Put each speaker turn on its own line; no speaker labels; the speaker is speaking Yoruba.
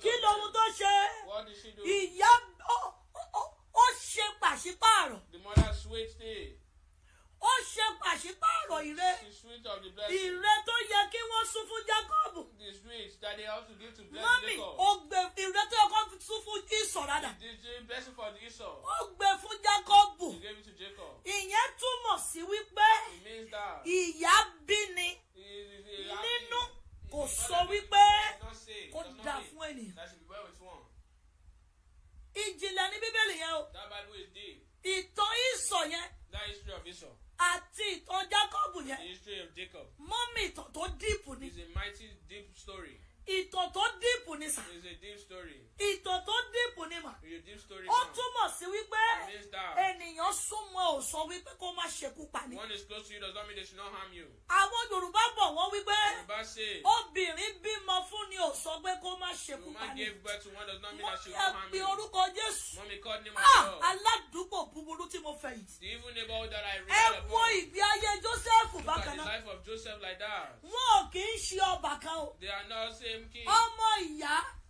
kí lohun tó ṣe
What did she do?
ìyá ó- ó- ó ṣe pàṣípààrọ̀
The mother sweet thing.
ó ṣe pàṣípààrọ̀ ire
She sweet of the blessing.
ire tó yẹ kí wọ́n sún fún Jákọ́bù
The sweet that they have to give to bless
mọ́mì
Jacob.
ó gbé ire tó yẹ kó sún fún Ísọ̀ rádà
This is blessing for the Esau.
ó gbé fún Jákọ́bù
He gave it to Jacob.
ìyẹn túmọ̀ sí wípé
It means that he
ìyá bí ni
is he is happy.
nínú kò
His
sọ
father
wípé
does not say,
kó
does not
dà
mean
fún ènìyàn
That should be well with one.
ìjìnlẹ̀ ní bíbélì yẹn o
That Bible is deep.
ìtàn Ísọ̀ yẹn
That history of Esau.
àti ìtàn Jákọ́bù
The
yẹn
history of Jacob.
mọ́mì ìtàn tó díìpù ni
is a mighty deep story.
ìtàn tó díìpù ni sà
It's a deep story.
ìtàn tó díìpù ni mà
It's a deep story.
ó
now.
túmọ̀ sí wípé
It means that
ènìyàn súnmọ́ ò sọ wípé kó má ṣekú pani
one is close to you does not mean they should not harm you.
àwọn Yorùbá bọ̀ wọ́n wípé
Yoruba say,
obìnrin bímọ fún ni ò sọ pé kó má ṣekú
Yoruba
pani
gave birth to one does not mean
wọ́n
that she
ní
will not harm
ẹgbẹ́
you.
orúkọ Jésù
Mommy called name
Ah,
of God.
aládùúgbò búburú tí mo fẹ̀yìntì
The evil neighborhood that I
ẹ
read
wo
upon.
ìgbé ayé Jósẹ́fù
Look at
bákan
the
náà
life of Joseph like that.
wọn ò kì í ṣe ọbàkan o Oh,
They are not same king.
ọmọ ìyá